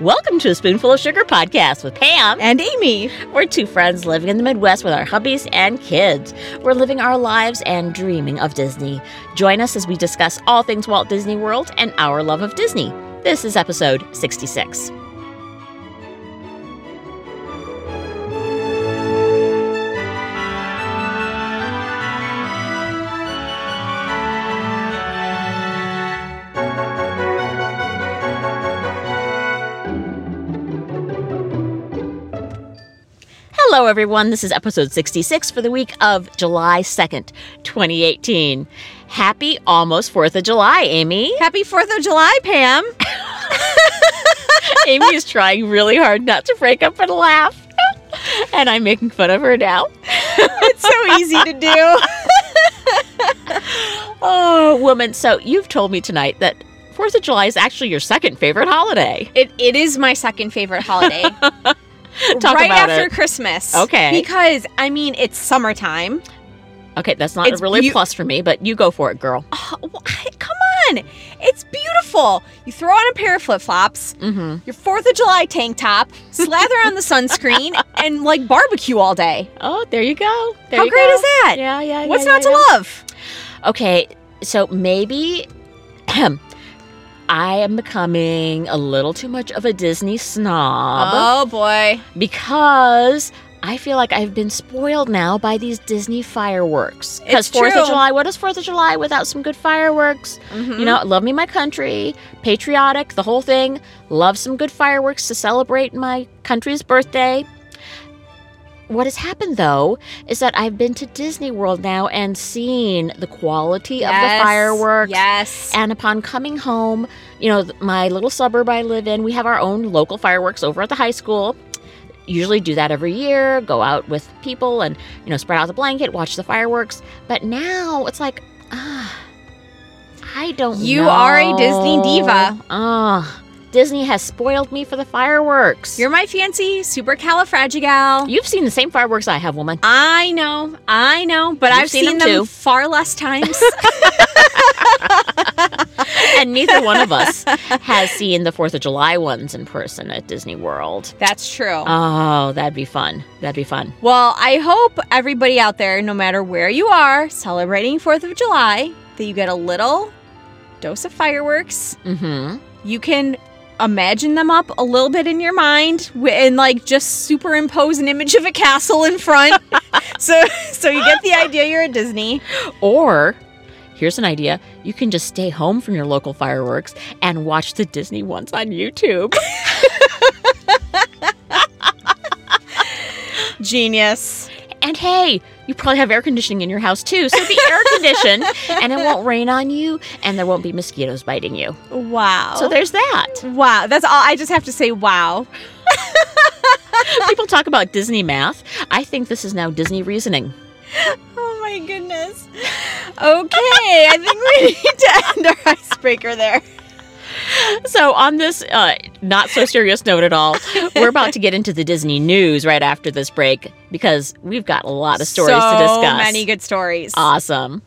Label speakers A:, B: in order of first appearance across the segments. A: Welcome to a Spoonful of Sugar podcast with Pam.
B: And Amy.
A: We're two friends living in the Midwest with our hubbies and kids. We're living our lives and dreaming of Disney. Join us as we discuss all things Walt Disney World and our love of Disney. This is episode 66. Hello, everyone. This is episode 66 for the week of July 2nd, 2018. Happy almost 4th of July, Amy.
B: Happy 4th of July, Pam.
A: Amy is trying really hard not to break up and laugh. and I'm making fun of her now.
B: It's so easy to do.
A: Oh, woman. So you've told me tonight that 4th of July is actually your second favorite holiday.
B: It, it is my second favorite holiday.
A: Talk
B: right
A: about
B: after
A: it.
B: Christmas.
A: Okay.
B: Because, I mean, it's summertime.
A: Okay, that's not
B: It's
A: really a
B: beau-
A: plus for me, but you go for it, girl.
B: Oh, wh- I- come on. It's beautiful. You throw on a pair of flip flops,
A: Mm-hmm.
B: your 4th of July tank top, slather on the sunscreen, and like barbecue all day.
A: Oh, there you go. There
B: How
A: you
B: great
A: go.
B: is that?
A: Yeah, yeah.
B: What's
A: yeah,
B: not
A: yeah,
B: to
A: yeah.
B: love?
A: Okay, so maybe I am becoming a little too much of a Disney snob
B: Oh, boy.
A: because I feel like I've been spoiled now by these Disney fireworks. Because
B: It's
A: Fourth
B: true.
A: of July, what is Fourth of July without some good fireworks?
B: Mm-hmm.
A: You know, love me my country, patriotic, the whole thing. Love some good fireworks to celebrate my country's birthday. What has happened though is that I've been to Disney World now and seen the quality of the fireworks.
B: Yes.
A: And upon coming home, you know, th- my little suburb I live in, we have our own local fireworks over at the high school. Usually do that every year, go out with people and, you know, spread out the blanket, watch the fireworks. But now it's like, ah, I don't
B: You are a Disney
A: know.
B: diva.
A: Ah, Disney has spoiled me for the fireworks.
B: You're my fancy supercalifragigal.
A: You've seen the same fireworks I have, woman.
B: I know, I know, but
A: You've
B: I've
A: seen
B: seen,
A: them
B: them,
A: too.
B: far less times.
A: And neither one of us has seen the 4th of July ones in person at Disney World.
B: That's true.
A: Oh, that'd be fun. That'd be fun.
B: Uh, well, I hope everybody out there, no matter where you are celebrating 4th of July, that you get a little dose of fireworks.
A: Mm-hmm.
B: You can imagine them up a little bit in your mind wi- and like just superimpose an image of a castle in front. so so you get the idea you're at Disney.
A: Or here's an idea you can just stay home from your local fireworks and watch the Disney ones on YouTube.
B: Genius.
A: and hey, you probably have air conditioning in your house too, so be air conditioned and it won't rain on you and there won't be mosquitoes biting you.
B: Wow.
A: So there's that.
B: wow, that's all I just have to say wow.
A: People talk about Disney math. I think this is now Disney reasoning.
B: Oh my goodness. Okay, I think we need to end our icebreaker there.
A: So, on this uh, not so serious note at all, we're about to get into the Disney news right after this break because we've got a lot of stories
B: so
A: to discuss. Uh,
B: many good stories.
A: Awesome.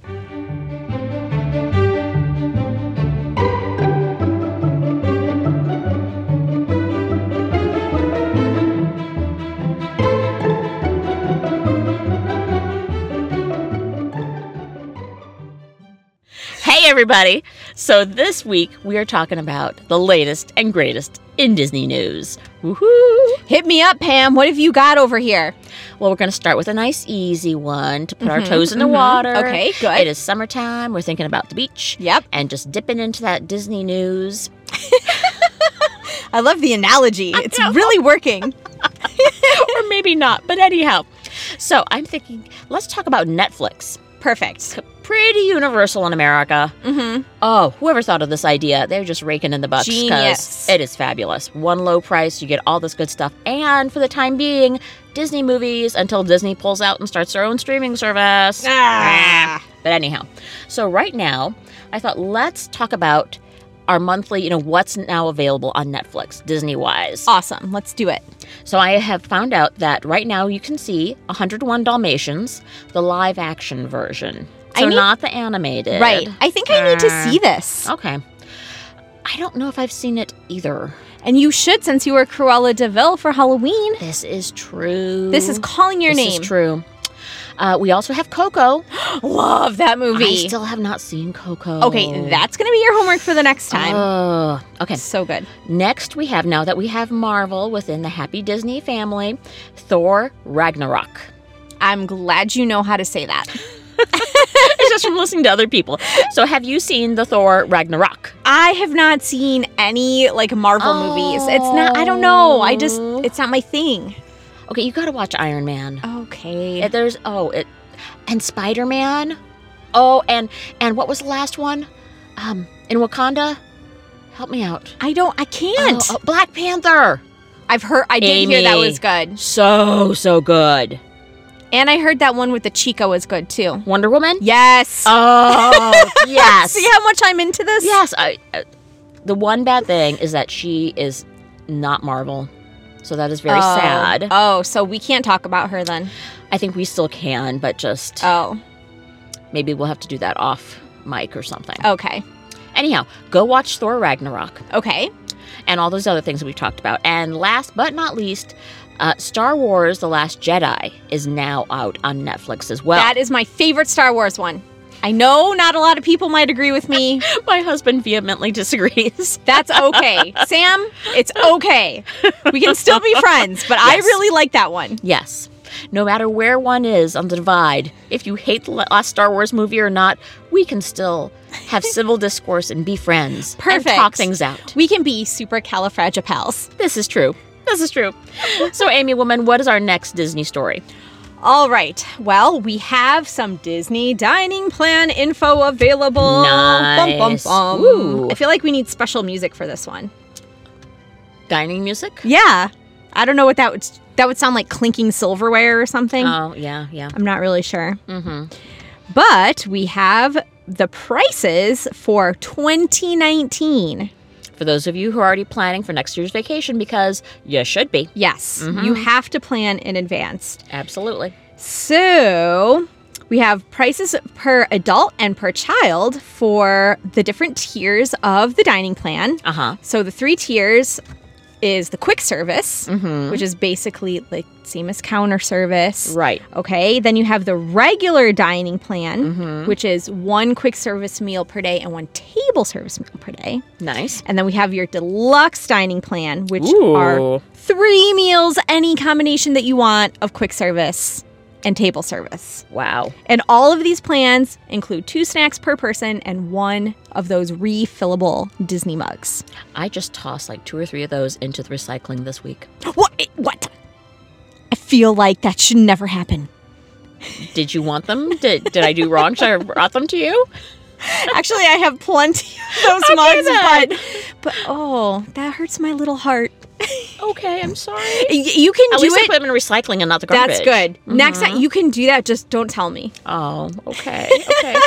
A: Hey, everybody. So, this week we are talking about the latest and greatest in Disney news. Woohoo!
B: Hit me up, Pam. What have you got over here?
A: Well, we're going to start with a nice, easy one to put our
B: Mhm,
A: toes in the
B: mhm.
A: water.
B: Okay, good.
A: It is summertime. We're thinking about the beach
B: Yep.
A: and just dipping into that Disney news.
B: I love the analogy. It's really working.
A: or maybe not, but anyhow. So I'm thinking, let's talk about Netflix.
B: Perfect.
A: Pretty universal in America.
B: Mm-hmm.
A: Oh, whoever thought of this idea, they're just raking in the bucks because
B: Genius.
A: it is fabulous. One low price, you get all this good stuff. And for the time being, Disney movies until Disney pulls out and starts their own streaming service.
B: Ah.
A: But anyhow, so right now, I thought let's talk about our monthly, you know, what's now available on Netflix, Disney wise.
B: Awesome. Let's do it.
A: So I have found out that right now you can see 101 Dalmatians, the live action version.
B: I
A: So
B: need-
A: not the animated. Ah.
B: Right. I think I need to see this.
A: Okay. I don't know if I've seen it either.
B: And you should, since you were Cruella Deville for Halloween.
A: This is true.
B: This is calling your
A: This
B: name.
A: is true. Uh, we also have Coco.
B: Love that movie.
A: I still have not seen Coco.
B: okay, that's gonna be your homework for the next time.
A: Oh, okay.
B: So good.
A: Next, we have now that we have Marvel within the Happy Disney family, Thor Ragnarok.
B: I'm glad you know how to say that.
A: it's just from listening to other people. So, have you seen the Thor Ragnarok?
B: I have not seen any like Marvel movies. It's not. I don't know. I just.
A: Oh.
B: It's not my thing.
A: Okay, you got to watch Iron Man.
B: Okay.
A: Uh, There's oh, it and Spider Man. Oh, and and what was the last one? Um, in Wakanda. Help me out.
B: I don't. I can't.
A: Oh, oh, Black Panther.
B: I've heard. I did hear that
A: Amy.
B: was good,
A: So so good.
B: and I heard that one with the Chica was good too.
A: Wonder Woman.
B: Yes.
A: Oh yes.
B: See how much I'm into this?
A: Yes, I, I, the one bad thing is that she is not Marvel, so that is very
B: Oh.
A: sad.
B: Oh, so we can't talk about her then.
A: I think we still can, but just
B: Oh,
A: maybe we'll have to do that off mic or something.
B: okay.
A: Anyhow, go watch Thor Ragnarok
B: Okay.
A: and all those other things that we've talked about. And last but not least, uh, Star Wars: The Last Jedi is now out on Netflix as well.
B: that is my favorite Star Wars one. I know not a lot of people might agree with me.
A: My husband vehemently disagrees.
B: That's okay. Sam, it's okay. We can still be friends, but I
A: Yes.
B: really like that one.
A: Yes. No matter where one is on the divide, if you hate the last Star Wars movie or not, we can still have civil discourse and be friends. And
B: Perfect.
A: talk things out.
B: We can be super califragipals.
A: This is true. This is true. so, Amy, woman, what is our next Disney story?
B: All right. Well, we have some Disney dining plan info available. Bum, bum,
A: Nice.
B: bum.
A: Ooh.
B: I feel like we need special music for this one.
A: Dining music?
B: Yeah. I don't know what that would that would sound like clinking silverware or something.
A: Oh, yeah, yeah.
B: I'm not really sure.
A: Mm-hmm.
B: But we have the prices for 2019.
A: For those of you who are already planning for next year's vacation, because you should be.
B: Yes,
A: Mm-hmm.
B: you have to plan in advance.
A: Absolutely.
B: So we have prices per adult and per child for the different tiers of the dining plan.
A: Uh huh.
B: So the three tiers is the quick service,
A: Mm-hmm.
B: which is basically like same as counter service.
A: Right.
B: Okay, then you have the regular dining plan,
A: Mm-hmm.
B: which is one quick service meal per day and one table service meal per day.
A: Nice.
B: And then we have your deluxe dining plan, which are three meals, any combination that you want of quick service and table service.
A: Wow.
B: And all of these plans include two snacks per person and one of those refillable Disney mugs.
A: I just tossed like two or three of those into the recycling this week.
B: What? What? I feel like that should never happen.
A: Did you want them? Did, did I do wrong? Should I have brought them to you?
B: Actually, I have plenty of those mugs,
A: then.
B: but but oh, that hurts my little heart.
A: Okay, I'm sorry.
B: Y- you can
A: At
B: do
A: least I
B: it.
A: put them in recycling and not the garbage. Mm-hmm.
B: That's good. Next time you can do that, just don't tell me.
A: Oh, okay, okay.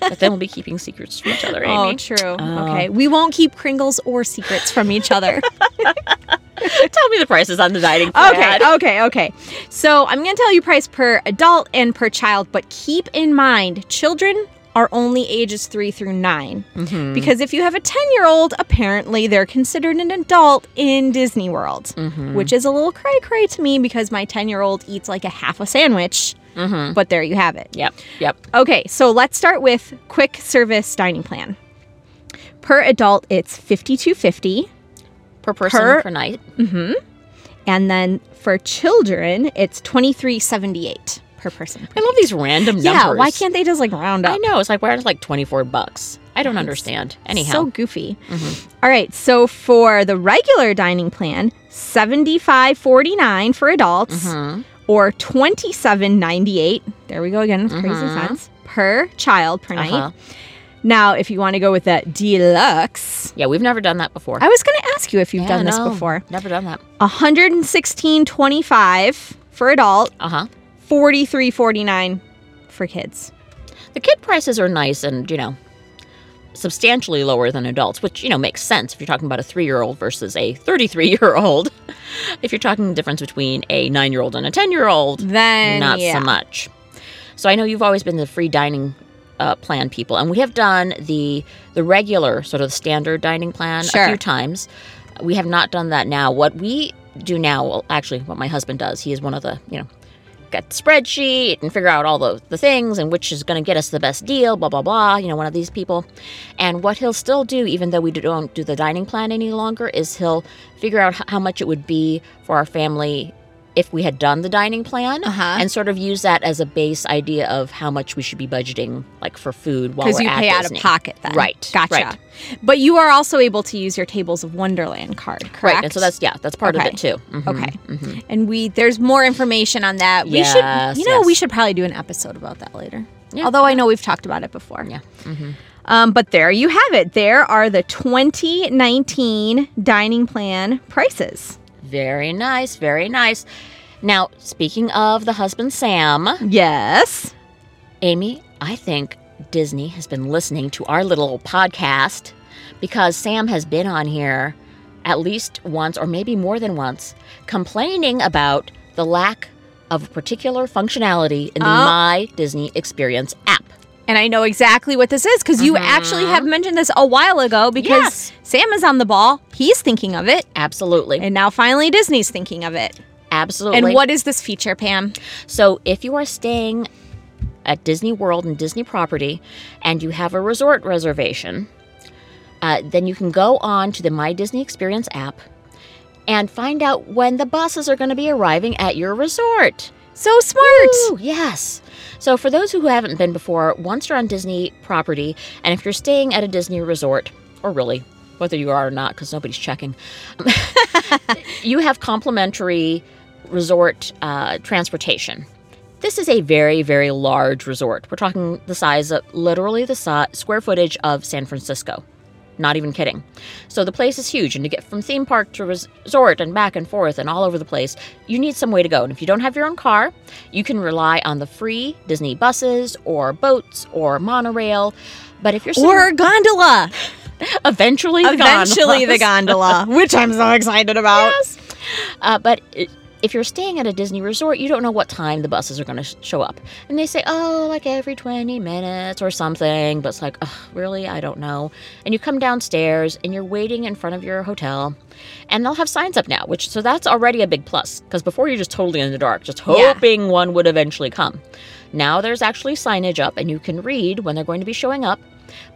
A: but then we'll be keeping secrets from each other,
B: Oh,
A: Amy.
B: true.
A: Oh.
B: Okay. We won't keep Kringles or secrets from each other.
A: Tell me the prices on the dining plan.
B: okay, uh, okay, okay. So I'm going to tell you price per adult and per child, but keep in mind children are only ages 3 through 9.
A: Mhm.
B: Because if you have a 10-year-old, apparently they're considered an adult in Disney World,
A: Mhm.
B: which is a little cray cray to me because my 10-year-old eats like a half a sandwich.
A: Mhm.
B: But there you have it.
A: Yep. Yep.
B: Okay, so let's start with quick service dining plan. Per adult, it's fifty-two fifty,
A: Per person
B: Per-
A: per, night.
B: and then for children, it's twenty-three seventy-eight per person.
A: I love these random
B: Yeah,
A: numbers.
B: why can't they just like round
A: I
B: up?
A: know it's like why it's like twenty four bucks. I don't understand. Anyhow,
B: so goofy. Mm-hmm. All right, so for the regular dining plan, seventy-five forty-nine for adults,
A: Mhm.
B: or twenty-seven ninety-eight. There we go again with crazy cents per child per
A: Mm-hmm. Uh-huh.
B: night. Now, if you want to go with that deluxe.
A: yeah, we've never done that before.
B: I was going to ask you if you've
A: Yeah,
B: done this
A: no,
B: before.
A: Never done that.
B: 116.25 for adult,
A: Uh huh.
B: 43.49 for kids.
A: The kid prices are nice and, you know, substantially lower than adults, which, you know, makes sense if you're talking about a three year old versus a 33 year old. if you're talking the difference between a nine year old and a 10 year old,
B: Then
A: not
B: yeah.
A: so much. So I know you've always been the free dining uh, plan people, and we have done the the regular sort of standard dining plan
B: Sure.
A: a few times. We have not done that now. What we do now, well, actually, what my husband does, he is one of the you know get the spreadsheet and figure out all the, the things and which is going to get us the best deal, blah, blah, blah, you know, one of these people. And what he'll still do, even though we don't do the dining plan any longer, is he'll figure out h- how much it would be for our family if we had done the dining plan
B: Uh-huh.
A: and sort of use that as a base idea of how much we should be budgeting, like for food while
B: Because
A: we're
B: you
A: at
B: pay out
A: Disney.
B: of pocket then.
A: Right,
B: Gotcha.
A: right.
B: But you are also able to use your Tables of Wonderland card, correct?
A: Right, and so that's yeah, that's part
B: Okay.
A: of it too. Mhm,
B: Okay.
A: mhm.
B: And we there's more information on that. We
A: Yes,
B: should you know,
A: yes.
B: we should probably do an episode about that later.
A: Yeah.
B: Although I know we've talked about it before.
A: Yeah. mhm.
B: Um, but there you have it. There are the 2019 dining plan prices.
A: Very nice, very nice. Now, speaking of the husband Sam,
B: Yes.
A: Amy, I think Disney has been listening to our little podcast because Sam has been on here at least once or maybe more than once complaining about the lack of a particular functionality in the
B: Oh.
A: My Disney Experience app.
B: And I know exactly what this is because you actually have mentioned this a while ago because
A: Uh-huh. Yes.
B: Sam is on the ball. He's thinking of it.
A: Absolutely.
B: And now finally Disney's thinking of it.
A: Absolutely.
B: And what is this feature, Pam?
A: So if you are staying at Disney World and Disney property and you have a resort reservation, uh, then you can go on to the My Disney Experience app and find out when the buses are going to be arriving at your resort.
B: So smart.
A: Ooh, yes. So for those who haven't been before, once you're on Disney property, and if you're staying at a Disney resort, or really, whether you are or not, because nobody's checking, you have complimentary resort uh, transportation. This is a very, very large resort. We're talking the size of literally the si- square footage of San Francisco. Not even kidding. So the place is huge, and to get from theme park to res- resort and back and forth and all over the place, you need some way to go. And if you don't have your own car, you can rely on the free Disney buses or boats or monorail. But if you're
B: Or a gondola.
A: eventually, the
B: Eventually the
A: gondolas-
B: gondola, which I'm so excited about.
A: Yes. Uh, but i- if you're staying at a Disney resort, you don't know what time the buses are going to sh- show up. And they say, oh, like every 20 minutes or something. But it's like, Ugh, really? I don't know. And you come downstairs and you're waiting in front of your hotel. And they'll have signs up now, which so that's already a big plus. Because before you're just totally in the dark, just
B: Yeah.
A: hoping one would eventually come. Now there's actually signage up and you can read when they're going to be showing up.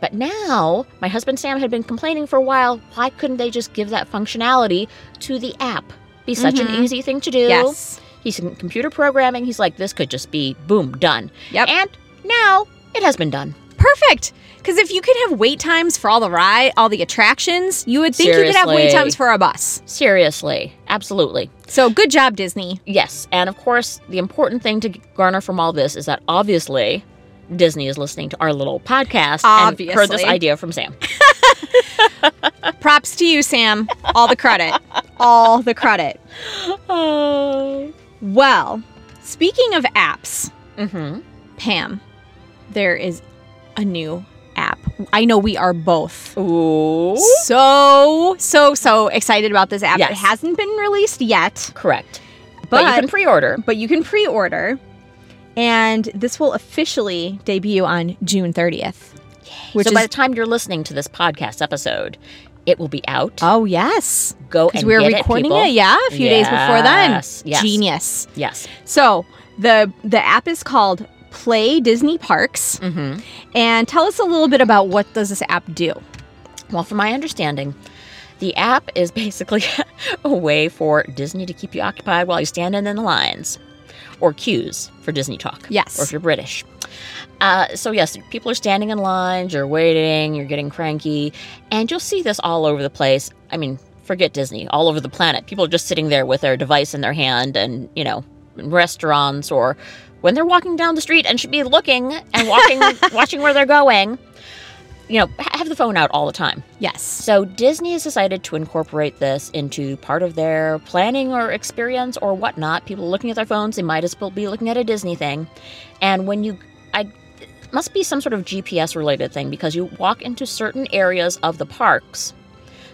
A: But now, my husband Sam had been complaining for a while why couldn't they just give that functionality to the app? Be such
B: Mhm.
A: an easy thing to do.
B: Yes.
A: He's in computer programming. He's like, this could just be boom, done.
B: Yep.
A: And now it has been done.
B: Perfect. Because if you could have wait times for all the ride, all the attractions, you would think you could have wait
A: Seriously.
B: times for a bus.
A: Seriously. Absolutely.
B: So good job, Disney.
A: Yes. And of course, the important thing to garner from all this is that obviously Disney is listening to our little podcast and heard
B: Obviously.
A: this idea from Sam.
B: Props to you, Sam. All the credit. all the credit.
A: Oh.
B: Well, speaking of apps,
A: Mm-hmm.
B: Pam, there is a new app. I know we are both
A: Ooh.
B: so, so, so excited about this app. It
A: Yes.
B: hasn't been released yet,
A: Correct.
B: but,
A: But, you can pre-order.
B: but you can pre-order and this will officially debut on June 30th. Which
A: so
B: is
A: by the time you're listening to this podcast episode, it will be out.
B: Oh yes.
A: Go
B: Cuz
A: and
B: we're
A: get
B: recording
A: it, people.
B: yeah, a few days before then.
A: Yes, yes.
B: Genius.
A: Yes.
B: So, the the app is called Play Disney Parks
A: hmm
B: and tell us a little bit about what does this app do?
A: Well, from my understanding, the app is basically a way for Disney to keep you occupied while you're standing in the lines or queues for Disney Talk.
B: Yes.
A: Or if you're British. Uh, so, yes, people are standing in lines, you're waiting, you're getting cranky, and you'll see this all over the place. I mean, forget Disney, all over the planet. People are just sitting there with their device in their hand and, you know, in restaurants or when they're walking down the street and should be looking and walking, watching where they're going. You know, ha- have the phone out all the time.
B: Yes.
A: So Disney has decided to incorporate this into part of their planning or experience or whatnot. People are looking at their phones; they might as well be looking at a Disney thing. And when you, I it must be some sort of GPS related thing because you walk into certain areas of the parks,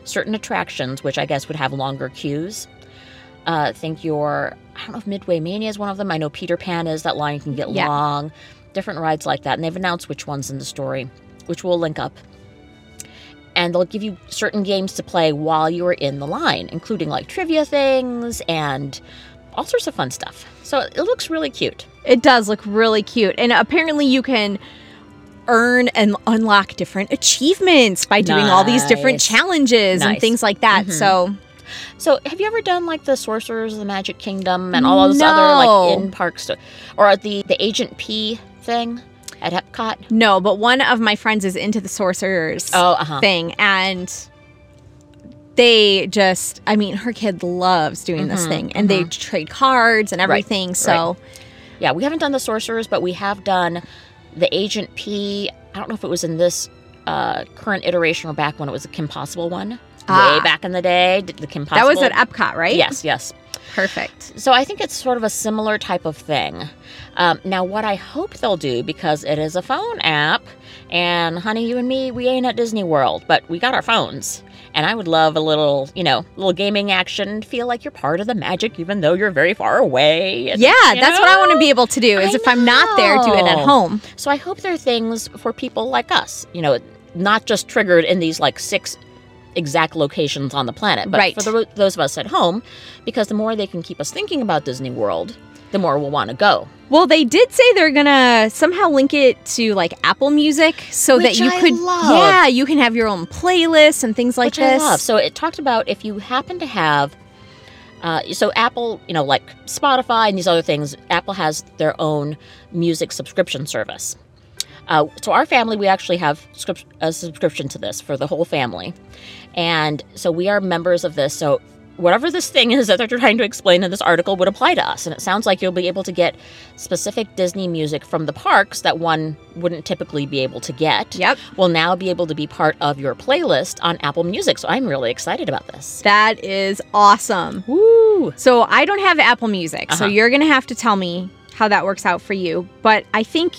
A: certain attractions, which I guess would have longer queues. Uh, think your I don't know if Midway Mania is one of them. I know Peter Pan is. That line can get
B: Yeah.
A: long. different rides like that, and they've announced which ones in the story, which we'll link up. And they'll give you certain games to play while you're in the line, including like trivia things and all sorts of fun stuff. So it looks really cute.
B: It does look really cute. And apparently you can earn and unlock different achievements by doing all these different
A: Nice.
B: challenges and
A: Nice.
B: things like that.
A: Mhm.
B: So
A: So have you ever done like the Sorcerers of the Magic Kingdom and all this other
B: No.
A: like in park stuff, or at the the Agent P thing at Epcot?
B: no, but one of my friends is into the sorcerers
A: Oh, uh huh.
B: thing and they just I mean, her kid loves doing this
A: Mhm,
B: thing and they trade cards and
A: Right,
B: everything. So
A: Yeah, we haven't done the sorcerers, but we have done the Agent P. I don't know if it was in this uh, current iteration or back when it was the Kim Possible one.
B: Ah.
A: Way back in the day, did the Kim Possible.
B: that was at Epcot, right?
A: Yes, yes.
B: Perfect.
A: So I think it's sort of a similar type of thing. Um, now, what I hope they'll do, because it is a phone app, and honey, you and me, we ain't at Disney World, but we got our phones. And I would love a little, you know, little gaming action, feel like you're part of the magic, even though you're very far away. and-
B: Yeah,
A: you
B: that's what I want to
A: know?
B: be able to do is
A: I
B: if I'm not there, do it at
A: know.
B: home.
A: So I hope there are things for people like us, you know, not just triggered in these like six exact locations on the planet, but
B: Right.
A: for the, those of us at home, because the more they can keep us thinking about Disney World, the more we'll want to go.
B: Well, they did say they're gonna somehow link it to like Apple Music, so that
A: Which
B: you
A: I
B: could,
A: love.
B: yeah, you can have your own playlists and things like
A: which
B: this.
A: I love. So it talked about if you happen to have, uh, so Apple, you know, like Spotify and these other things, Apple has their own music subscription service. Uh, so our family, we actually have scrip- a subscription to this for the whole family, and so we are members of this. So whatever this thing is that they're trying to explain in this article would apply to us, and it sounds like you'll be able to get specific Disney music from the parks that one wouldn't typically be able to get
B: Yep,
A: will now be able to be part of your playlist on Apple Music. So I'm really excited about this.
B: that is awesome.
A: Woo!
B: So I don't have Apple Music, so
A: Uh-huh.
B: you're gonna have to tell me how that works out for you. But I think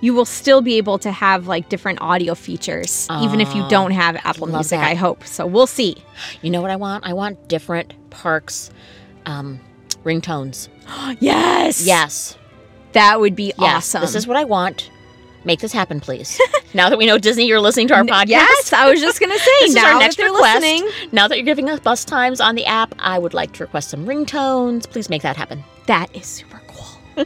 B: you will still be able to have like different audio features, even if you
A: Oh,
B: don't have Apple
A: love
B: Music.
A: that.
B: I hope so. We'll see.
A: You know what I want? I want different parks um, ringtones.
B: yes,
A: Yes.
B: that would be
A: Yes.
B: awesome.
A: This is what I want. Make this happen, please. now that we know Disney, you're listening to our podcast.
B: Yes, I was just gonna say.
A: This is
B: now
A: our
B: that
A: next
B: they're
A: request.
B: listening,
A: Now that you're giving us bus times on the app, I would like to request some ringtones. Please make that happen.
B: That is super cool.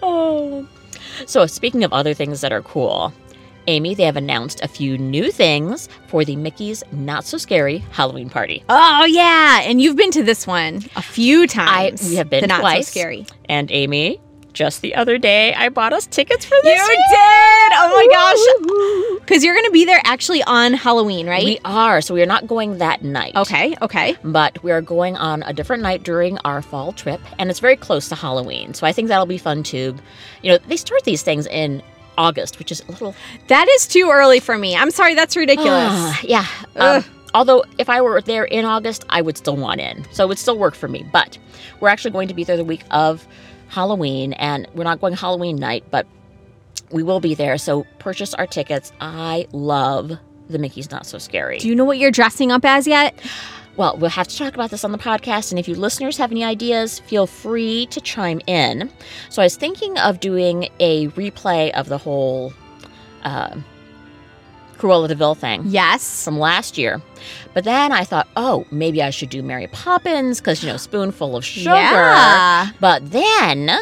A: Oh. So, speaking of other things that are cool, Amy, they have announced a few new things for the Mickey's Not So Scary Halloween Party.
B: Oh yeah, and you've been to this one a few times.
A: we have been
B: the not
A: twice.
B: so scary.
A: And Amy, just the other day, I bought us tickets for this.
B: you did! Oh my gosh! Because you're gonna be there actually on Halloween, right?
A: We are, so we are not going that night.
B: okay, okay.
A: But we are going on a different night during our fall trip, and it's very close to Halloween. So I think that'll be fun too. You know, they start these things in August, which is a little
B: That is too early for me. I'm sorry, that's ridiculous.
A: Ah, yeah.
B: Ugh.
A: Um, although, if I were there in August, I would still want in. So it would still work for me. But we're actually going to be there the week of Halloween, and we're not going Halloween night, but we will be there. So purchase our tickets. I love the Mickey's Not So Scary.
B: Do you know what you're dressing up as yet?
A: well, we'll have to talk about this on the podcast. And if you listeners have any ideas, feel free to chime in. So I was thinking of doing a replay of the whole uh, Cruella de Vil thing
B: Yes.
A: from last year. But then I thought, oh, maybe I should do Mary Poppins because, you know, spoonful of sugar.
B: Yeah.
A: But then,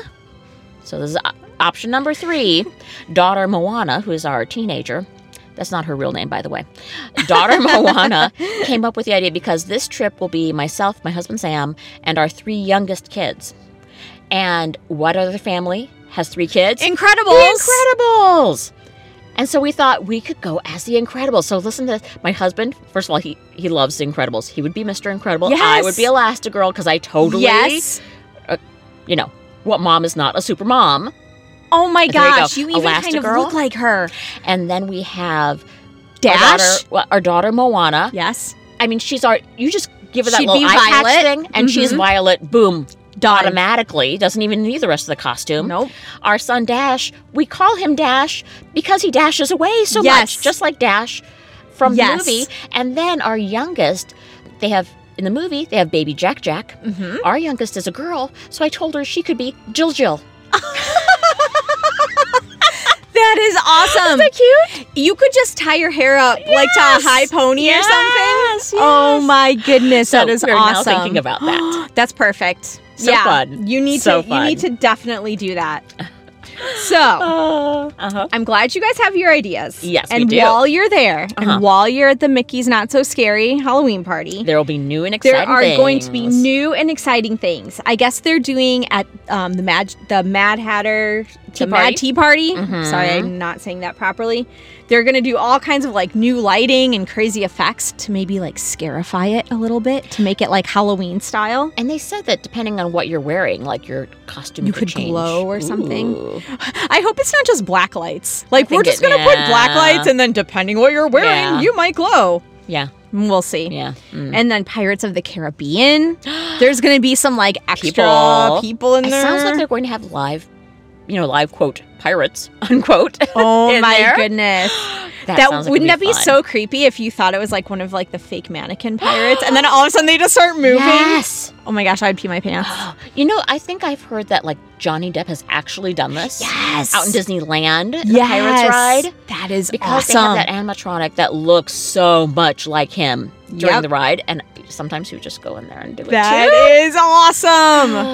A: so this is op- option number three daughter Moana, who is our teenager. That's not her real name, by the way. Daughter Moana came up with the idea because this trip will be myself, my husband Sam, and our three youngest kids. And what other family has three kids?
B: Incredibles.
A: The Incredibles. And so we thought we could go as the Incredibles. So listen to this. My husband, first of all, he he loves the Incredibles. He would be Mr. Incredible. I
B: Yes.
A: would be Elastigirl because I totally,
B: Yes.
A: you know, what mom is not a super mom.
B: Oh my
A: There you go.
B: gosh, you, even kind of
A: Elastigirl.
B: look like her.
A: And then we have
B: Dash.
A: Our, daughter, well, our daughter Moana.
B: Yes.
A: I mean, she's our. You just give her that
B: She'd
A: little
B: be
A: eye
B: Violet.
A: patch thing, and she's
B: Mhm.
A: Violet. Boom,
B: Daughter.
A: automatically doesn't even need the rest of the costume.
B: Nope.
A: our son Dash, we call him Dash because he dashes away so
B: Yes.
A: much, just like Dash from
B: Yes.
A: the movie. And then our youngest, they have in the movie, they have baby Jack Jack.
B: Mm-hmm.
A: Our youngest is a girl, so I told her she could be Jill Jill.
B: That is awesome.
A: Isn't that cute?
B: you could just tie your hair up like to
A: Yes.
B: a high pony or something.
A: Yes,
B: Oh
A: yes.
B: my goodness,
A: So
B: that is
A: we're now
B: awesome.
A: thinking about that.
B: That's perfect.
A: So
B: yeah,
A: fun.
B: you need
A: So
B: to you need to
A: fun.
B: definitely do that. So Uh-huh.
A: Uh huh.
B: I'm glad you guys have your ideas.
A: Yes, we
B: and
A: do.
B: while you're there,
A: Uh-huh.
B: and while you're at the Mickey's Not So Scary Halloween party,
A: There will be new and exciting.
B: there are going to be
A: things.
B: new and exciting things. I guess they're doing at um, the Mad the Mad Hatter
A: Tea
B: the
A: party?
B: Mad Tea Party.
A: Mhm.
B: Sorry, I'm not saying that properly. They're going to do all kinds of like new lighting and crazy effects to maybe like scarify it a little bit to make it like Halloween style.
A: And they said that depending on what you're wearing, like your costume
B: You
A: could
B: could
A: change.
B: glow or something.
A: Ooh.
B: I hope it's not just black lights. Like
A: think
B: we're just
A: it-
B: going to put black
A: yeah.
B: lights and then depending what you're wearing,
A: Yeah.
B: you might glow.
A: Yeah,
B: We'll see.
A: yeah. Mm.
B: And then Pirates of the Caribbean. There's going to be some like extra
A: People.
B: people, in
A: It
B: there.
A: sounds like they're going to have live, you know, live quote pirates unquote.
B: Oh
A: in
B: my
A: there.
B: goodness.
A: That,
B: That,
A: sounds like it'd
B: wouldn't that be
A: fun.
B: so creepy if you thought it was like one of like the fake mannequin pirates and then all of a sudden they just start moving?
A: Yes.
B: Oh my gosh, I'd pee my pants.
A: You know, I think I've heard that like Johnny Depp has actually done this
B: Yes.
A: out in Disneyland, in the
B: yes.
A: Pirates Ride,
B: That is
A: because
B: awesome.
A: they have that animatronic that looks so much like him during
B: Yep.
A: the ride, and sometimes you just go in there and do it
B: That
A: too.
B: is awesome.
A: Uh,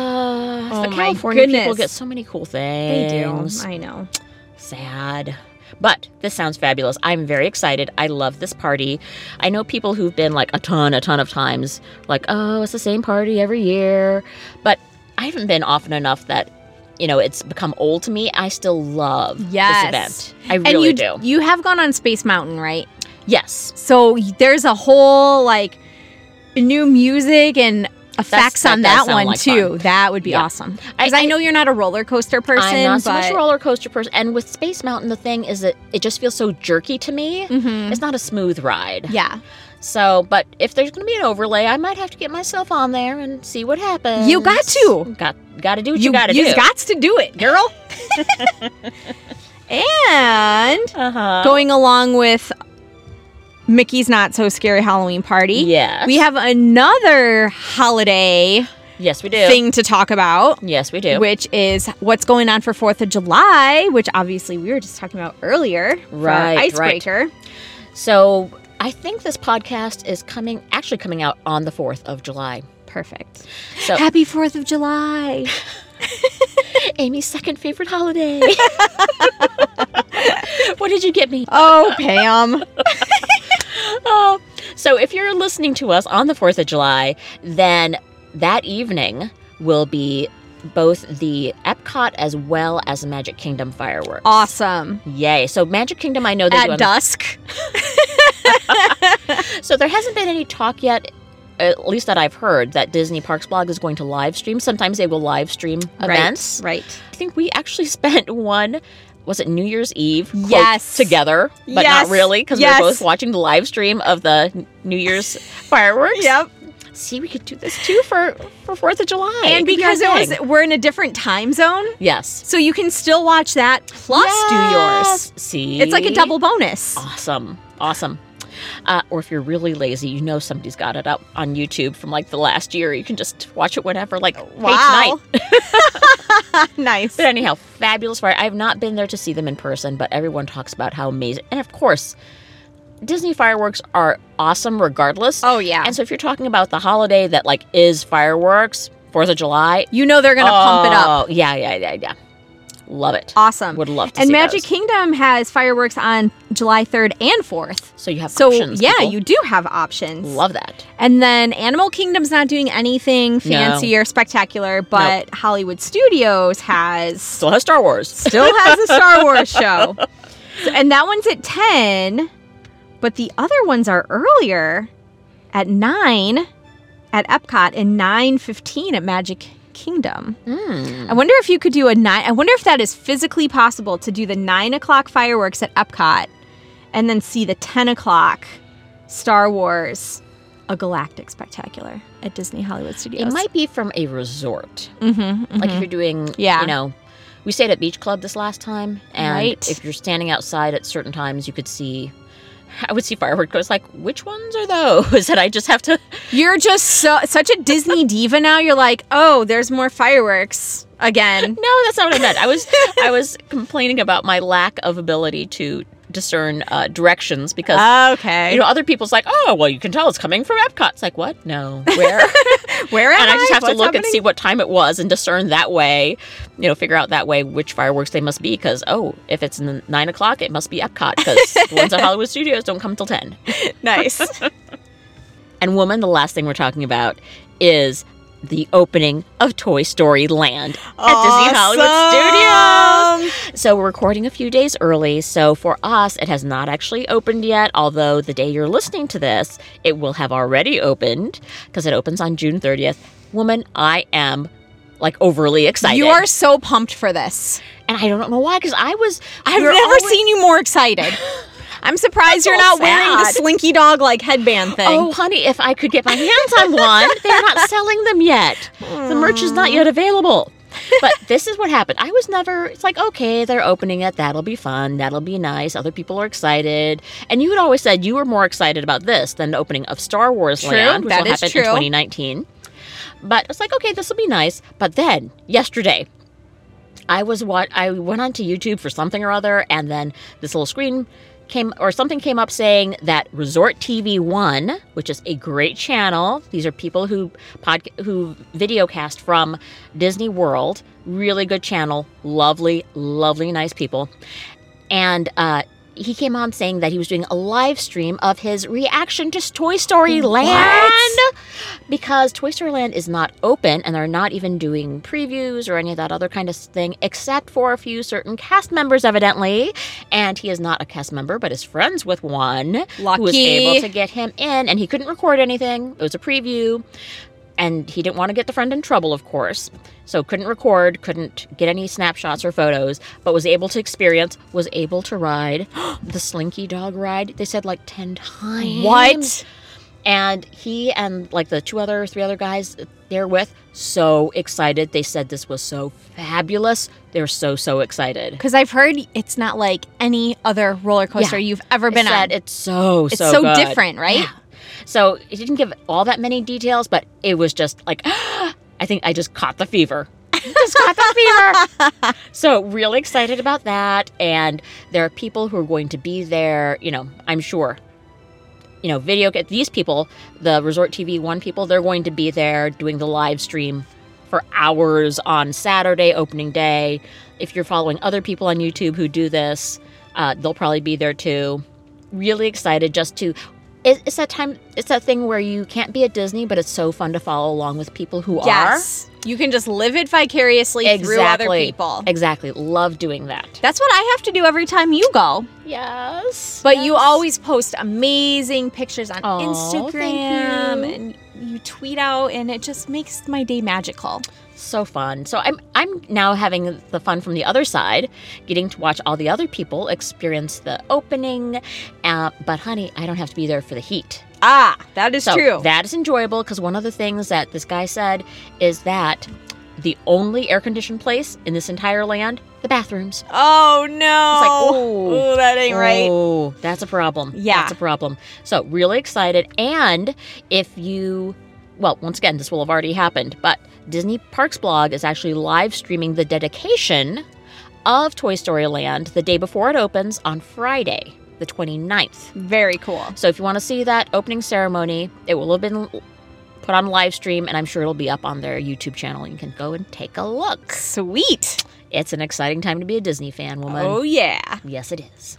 B: Oh
A: the
B: my
A: California people
B: goodness.
A: get so many cool
B: They do.
A: things.
B: I know.
A: Sad. But this sounds fabulous. I'm very excited. I love this party. I know people who've been like a ton, a ton of times, like, oh, it's the same party every year. But I haven't been often enough that, you know, it's become old to me. I still love
B: Yes.
A: this event. I
B: and
A: really
B: you
A: do.
B: you have gone on Space Mountain, right?
A: Yes.
B: So y- there's a whole like new music and effects
A: that
B: on
A: does
B: that,
A: sound
B: one
A: like
B: too.
A: fun.
B: That would be
A: Yeah.
B: awesome. Because I, know you're not a roller coaster person,
A: I'm not so
B: but
A: much a roller coaster person. And with Space Mountain, the thing is that it just feels so jerky to me.
B: Mhm.
A: It's not a smooth ride.
B: yeah.
A: So, but if there's going to be an overlay, I might have to get myself on there and see what happens.
B: You got to.
A: Got got to do what you, got to do.
B: You've got to do it, girl. and
A: uh-huh.
B: going along with Mickey's Not So Scary Halloween Party,
A: Yes.
B: we have another holiday
A: Yes, we do.
B: thing to talk about.
A: yes, we do.
B: Which is what's going on for Fourth of July, which obviously we were just talking about earlier. for our
A: Right, right.
B: icebreaker.
A: so, I think this podcast is coming actually coming out on the 4th of July.
B: Perfect.
A: So,
B: Happy Fourth of July.
A: Amy's second favorite holiday. what did you get me?
B: Oh, Pam.
A: Oh. So, if you're listening to us on the 4th of July, then that evening will be both the Epcot as well as Magic Kingdom fireworks.
B: Awesome.
A: Yay. So, Magic Kingdom, I know they do.
B: At
A: on-
B: dusk.
A: So, there hasn't been any talk yet. At least that I've heard that Disney Parks blog is going to live stream. Sometimes they will live stream events.
B: Right. right.
A: I think we actually spent one. Was it New Year's Eve? quote,
B: Yes.
A: together, but
B: Yes.
A: not really because
B: Yes.
A: we were both watching the live stream of the New Year's fireworks. See, we could do this too for for Fourth of July.
B: And
A: It could be
B: because it
A: our
B: was
A: thing.
B: we're in a different time zone,
A: yes,
B: so you can still watch that plus
A: Yes.
B: do
A: See,
B: yours. It's like a double bonus.
A: Awesome, awesome. Uh, or if you're really lazy, you know somebody's got it up on YouTube from like the last year. You can just watch it whenever, like hey, tonight.
B: nice.
A: But anyhow, fabulous fire. I have not been there to see them in person, but everyone talks about how amazing. And of course, Disney fireworks are awesome regardless.
B: Oh yeah.
A: And so if you're talking about the holiday that like is fireworks, 4th of July,
B: you know they're gonna pump it up.
A: oh, Yeah, yeah, yeah, yeah. Love it.
B: Awesome.
A: Would love to
B: And
A: see
B: Magic
A: those.
B: Kingdom has fireworks on July 3rd and 4th.
A: So you have
B: So
A: options.
B: yeah,
A: people.
B: you do have options.
A: love that.
B: And then Animal Kingdom's not doing anything fancy or spectacular, but Hollywood Studios has
A: Still has Star Wars.
B: still has a Star Wars show. So- and that one's at 10, but the other ones are earlier at 9 at Epcot and 9:15 at Magic Kingdom.
A: Mm.
B: I wonder if you could do a 9 I wonder if that is physically possible to do the 9 o'clock fireworks at Epcot and then see the 10 o'clock Star Wars a galactic spectacular at Disney Hollywood Studios.
A: It might be from a resort.
B: Mhm,
A: Like if
B: mhm.
A: you're doing,
B: Yeah.
A: you know, we stayed at Beach Club this last time, and
B: Right.
A: if you're standing outside at certain times, you could see I would see fireworks goes like, which ones are those? And I just have to
B: You're just so such a Disney diva now. You're like, oh, there's more fireworks again.
A: No, that's not what I meant. I was I was complaining about my lack of ability to discern uh, directions because
B: Okay.
A: you know other people's like, oh, well, you can tell it's coming from Epcot. It's like, what? No, where? and
B: Where am
A: I just have to
B: What's
A: look and
B: happening?
A: see what time it was and discern that way. You know, figure out that way which fireworks they must be because oh, if it's n- nine o'clock, it must be Epcot because the ones at Hollywood Studios don't come till ten.
B: Nice.
A: And woman, the last thing we're talking about is the opening of Toy Story Land at Disney Hollywood Studios.
B: Awesome.
A: So we're recording a few days early. So for us, it has not actually opened yet, although the day you're listening to this, it will have already opened because it opens on June 30th. Woman, I am like overly excited.
B: You are so pumped for this.
A: and I don't know why because I was
B: I've
A: we were
B: never
A: always-
B: seen you more excited. I'm surprised you're
A: all
B: not wearing the
A: sad.
B: slinky dog like headband thing.
A: Oh, honey, if I could get my hands on one, they're not selling them yet. The merch is not yet available. But this is what happened. I was never, it's like, okay, they're opening it. That'll be fun. That'll be nice. Other people are excited. And you had always said you were more excited about this than the opening of Star Wars
B: True,
A: Land, which
B: that
A: will
B: is
A: happen
B: true.
A: in 2019. But it's like, okay, this will be nice. But then yesterday, I was what I went onto YouTube for something or other, and then this little screen came or something came up saying that Resort TV One, which is a great channel, these are people who pod, who videocast from Disney World, really good channel, lovely, lovely, nice people, and uh, he came on saying that he was doing a live stream of his reaction to Toy Story Land because Toy Story Land is not open and they're not even doing previews or any of that other kind of thing, except for a few certain cast members, evidently. And he is not a cast member, but is friends with one who was
B: Lucky.
A: able to get him in. And he couldn't record anything, it was a preview. And he didn't want to get the friend in trouble, of course. So couldn't record, couldn't get any snapshots or photos, but was able to experience, was able to ride the Slinky Dog ride. They said like 10 times
B: What?
A: and he and like the two other three other guys they're with so excited they said this was so fabulous they're so so excited
B: Because I've heard it's not like any other roller coaster you've ever
A: They
B: been on.
A: said it's so
B: it's
A: so,
B: so,
A: good.
B: different, right?
A: Yeah. so it didn't give all that many details but it was just like i think i just caught the fever just caught the fever so really excited about that and there are people who are going to be there you know i'm sure you know video get these people the resort tv one people they're going to be there doing the live stream for hours on saturday opening day if you're following other people on youtube who do this uh, they'll probably be there too really excited just to it, it's that time it's that thing where you can't be at disney but it's so fun to follow along with people who are
B: Yes. You can just live it vicariously through other
A: Exactly.
B: people.
A: Exactly. Love doing that.
B: That's what I have to do every time you go.
A: Yes.
B: But you always post amazing pictures on
A: Aw,
B: Instagram
A: thank you.
B: and you tweet out and it just makes my day magical.
A: so fun. So I'm I'm now having the fun from the other side, getting to watch all the other people experience the opening. Uh, but honey, I don't have to be there for the heat.
B: Ah, that is
A: so
B: true.
A: that is enjoyable because one of the things that this guy said is that the only air conditioned place in this entire land, the bathrooms.
B: oh no.
A: It's like, ooh.
B: Ooh, that ain't right.
A: Oh, that's a problem.
B: Yeah.
A: That's a problem. So, really excited. And if you, well, once again, this will have already happened, but Disney Parks blog is actually live streaming the dedication of Toy Story Land the day before it opens on Friday, the 29th.
B: Very cool.
A: So, if you want to see that opening ceremony, it will have been put on live stream and I'm sure it'll be up on their YouTube channel. You can go and take a look.
B: Sweet.
A: It's an exciting time to be a Disney fan, woman.
B: Oh yeah.
A: Yes, it is.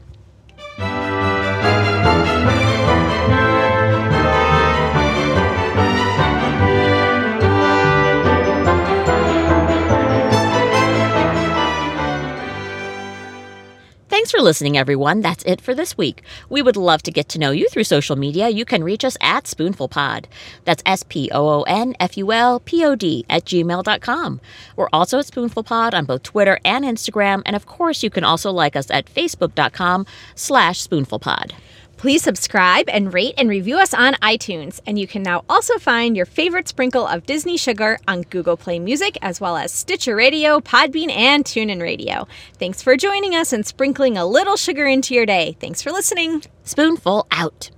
A: Thanks for listening, everyone. That's it for this week. We would love to get to know you through social media. You can reach us at SpoonfulPod. That's S P O O N F U L P O D at gmail.com. We're also at SpoonfulPod on both Twitter and Instagram. And of course, you can also like us at facebook.com slash SpoonfulPod.
B: Please subscribe and rate and review us on iTunes. And you can now also find your favorite sprinkle of Disney sugar on Google Play Music, as well as Stitcher Radio, Podbean, and TuneIn Radio. Thanks for joining us and sprinkling a little sugar into your day. Thanks for listening.
A: Spoonful out.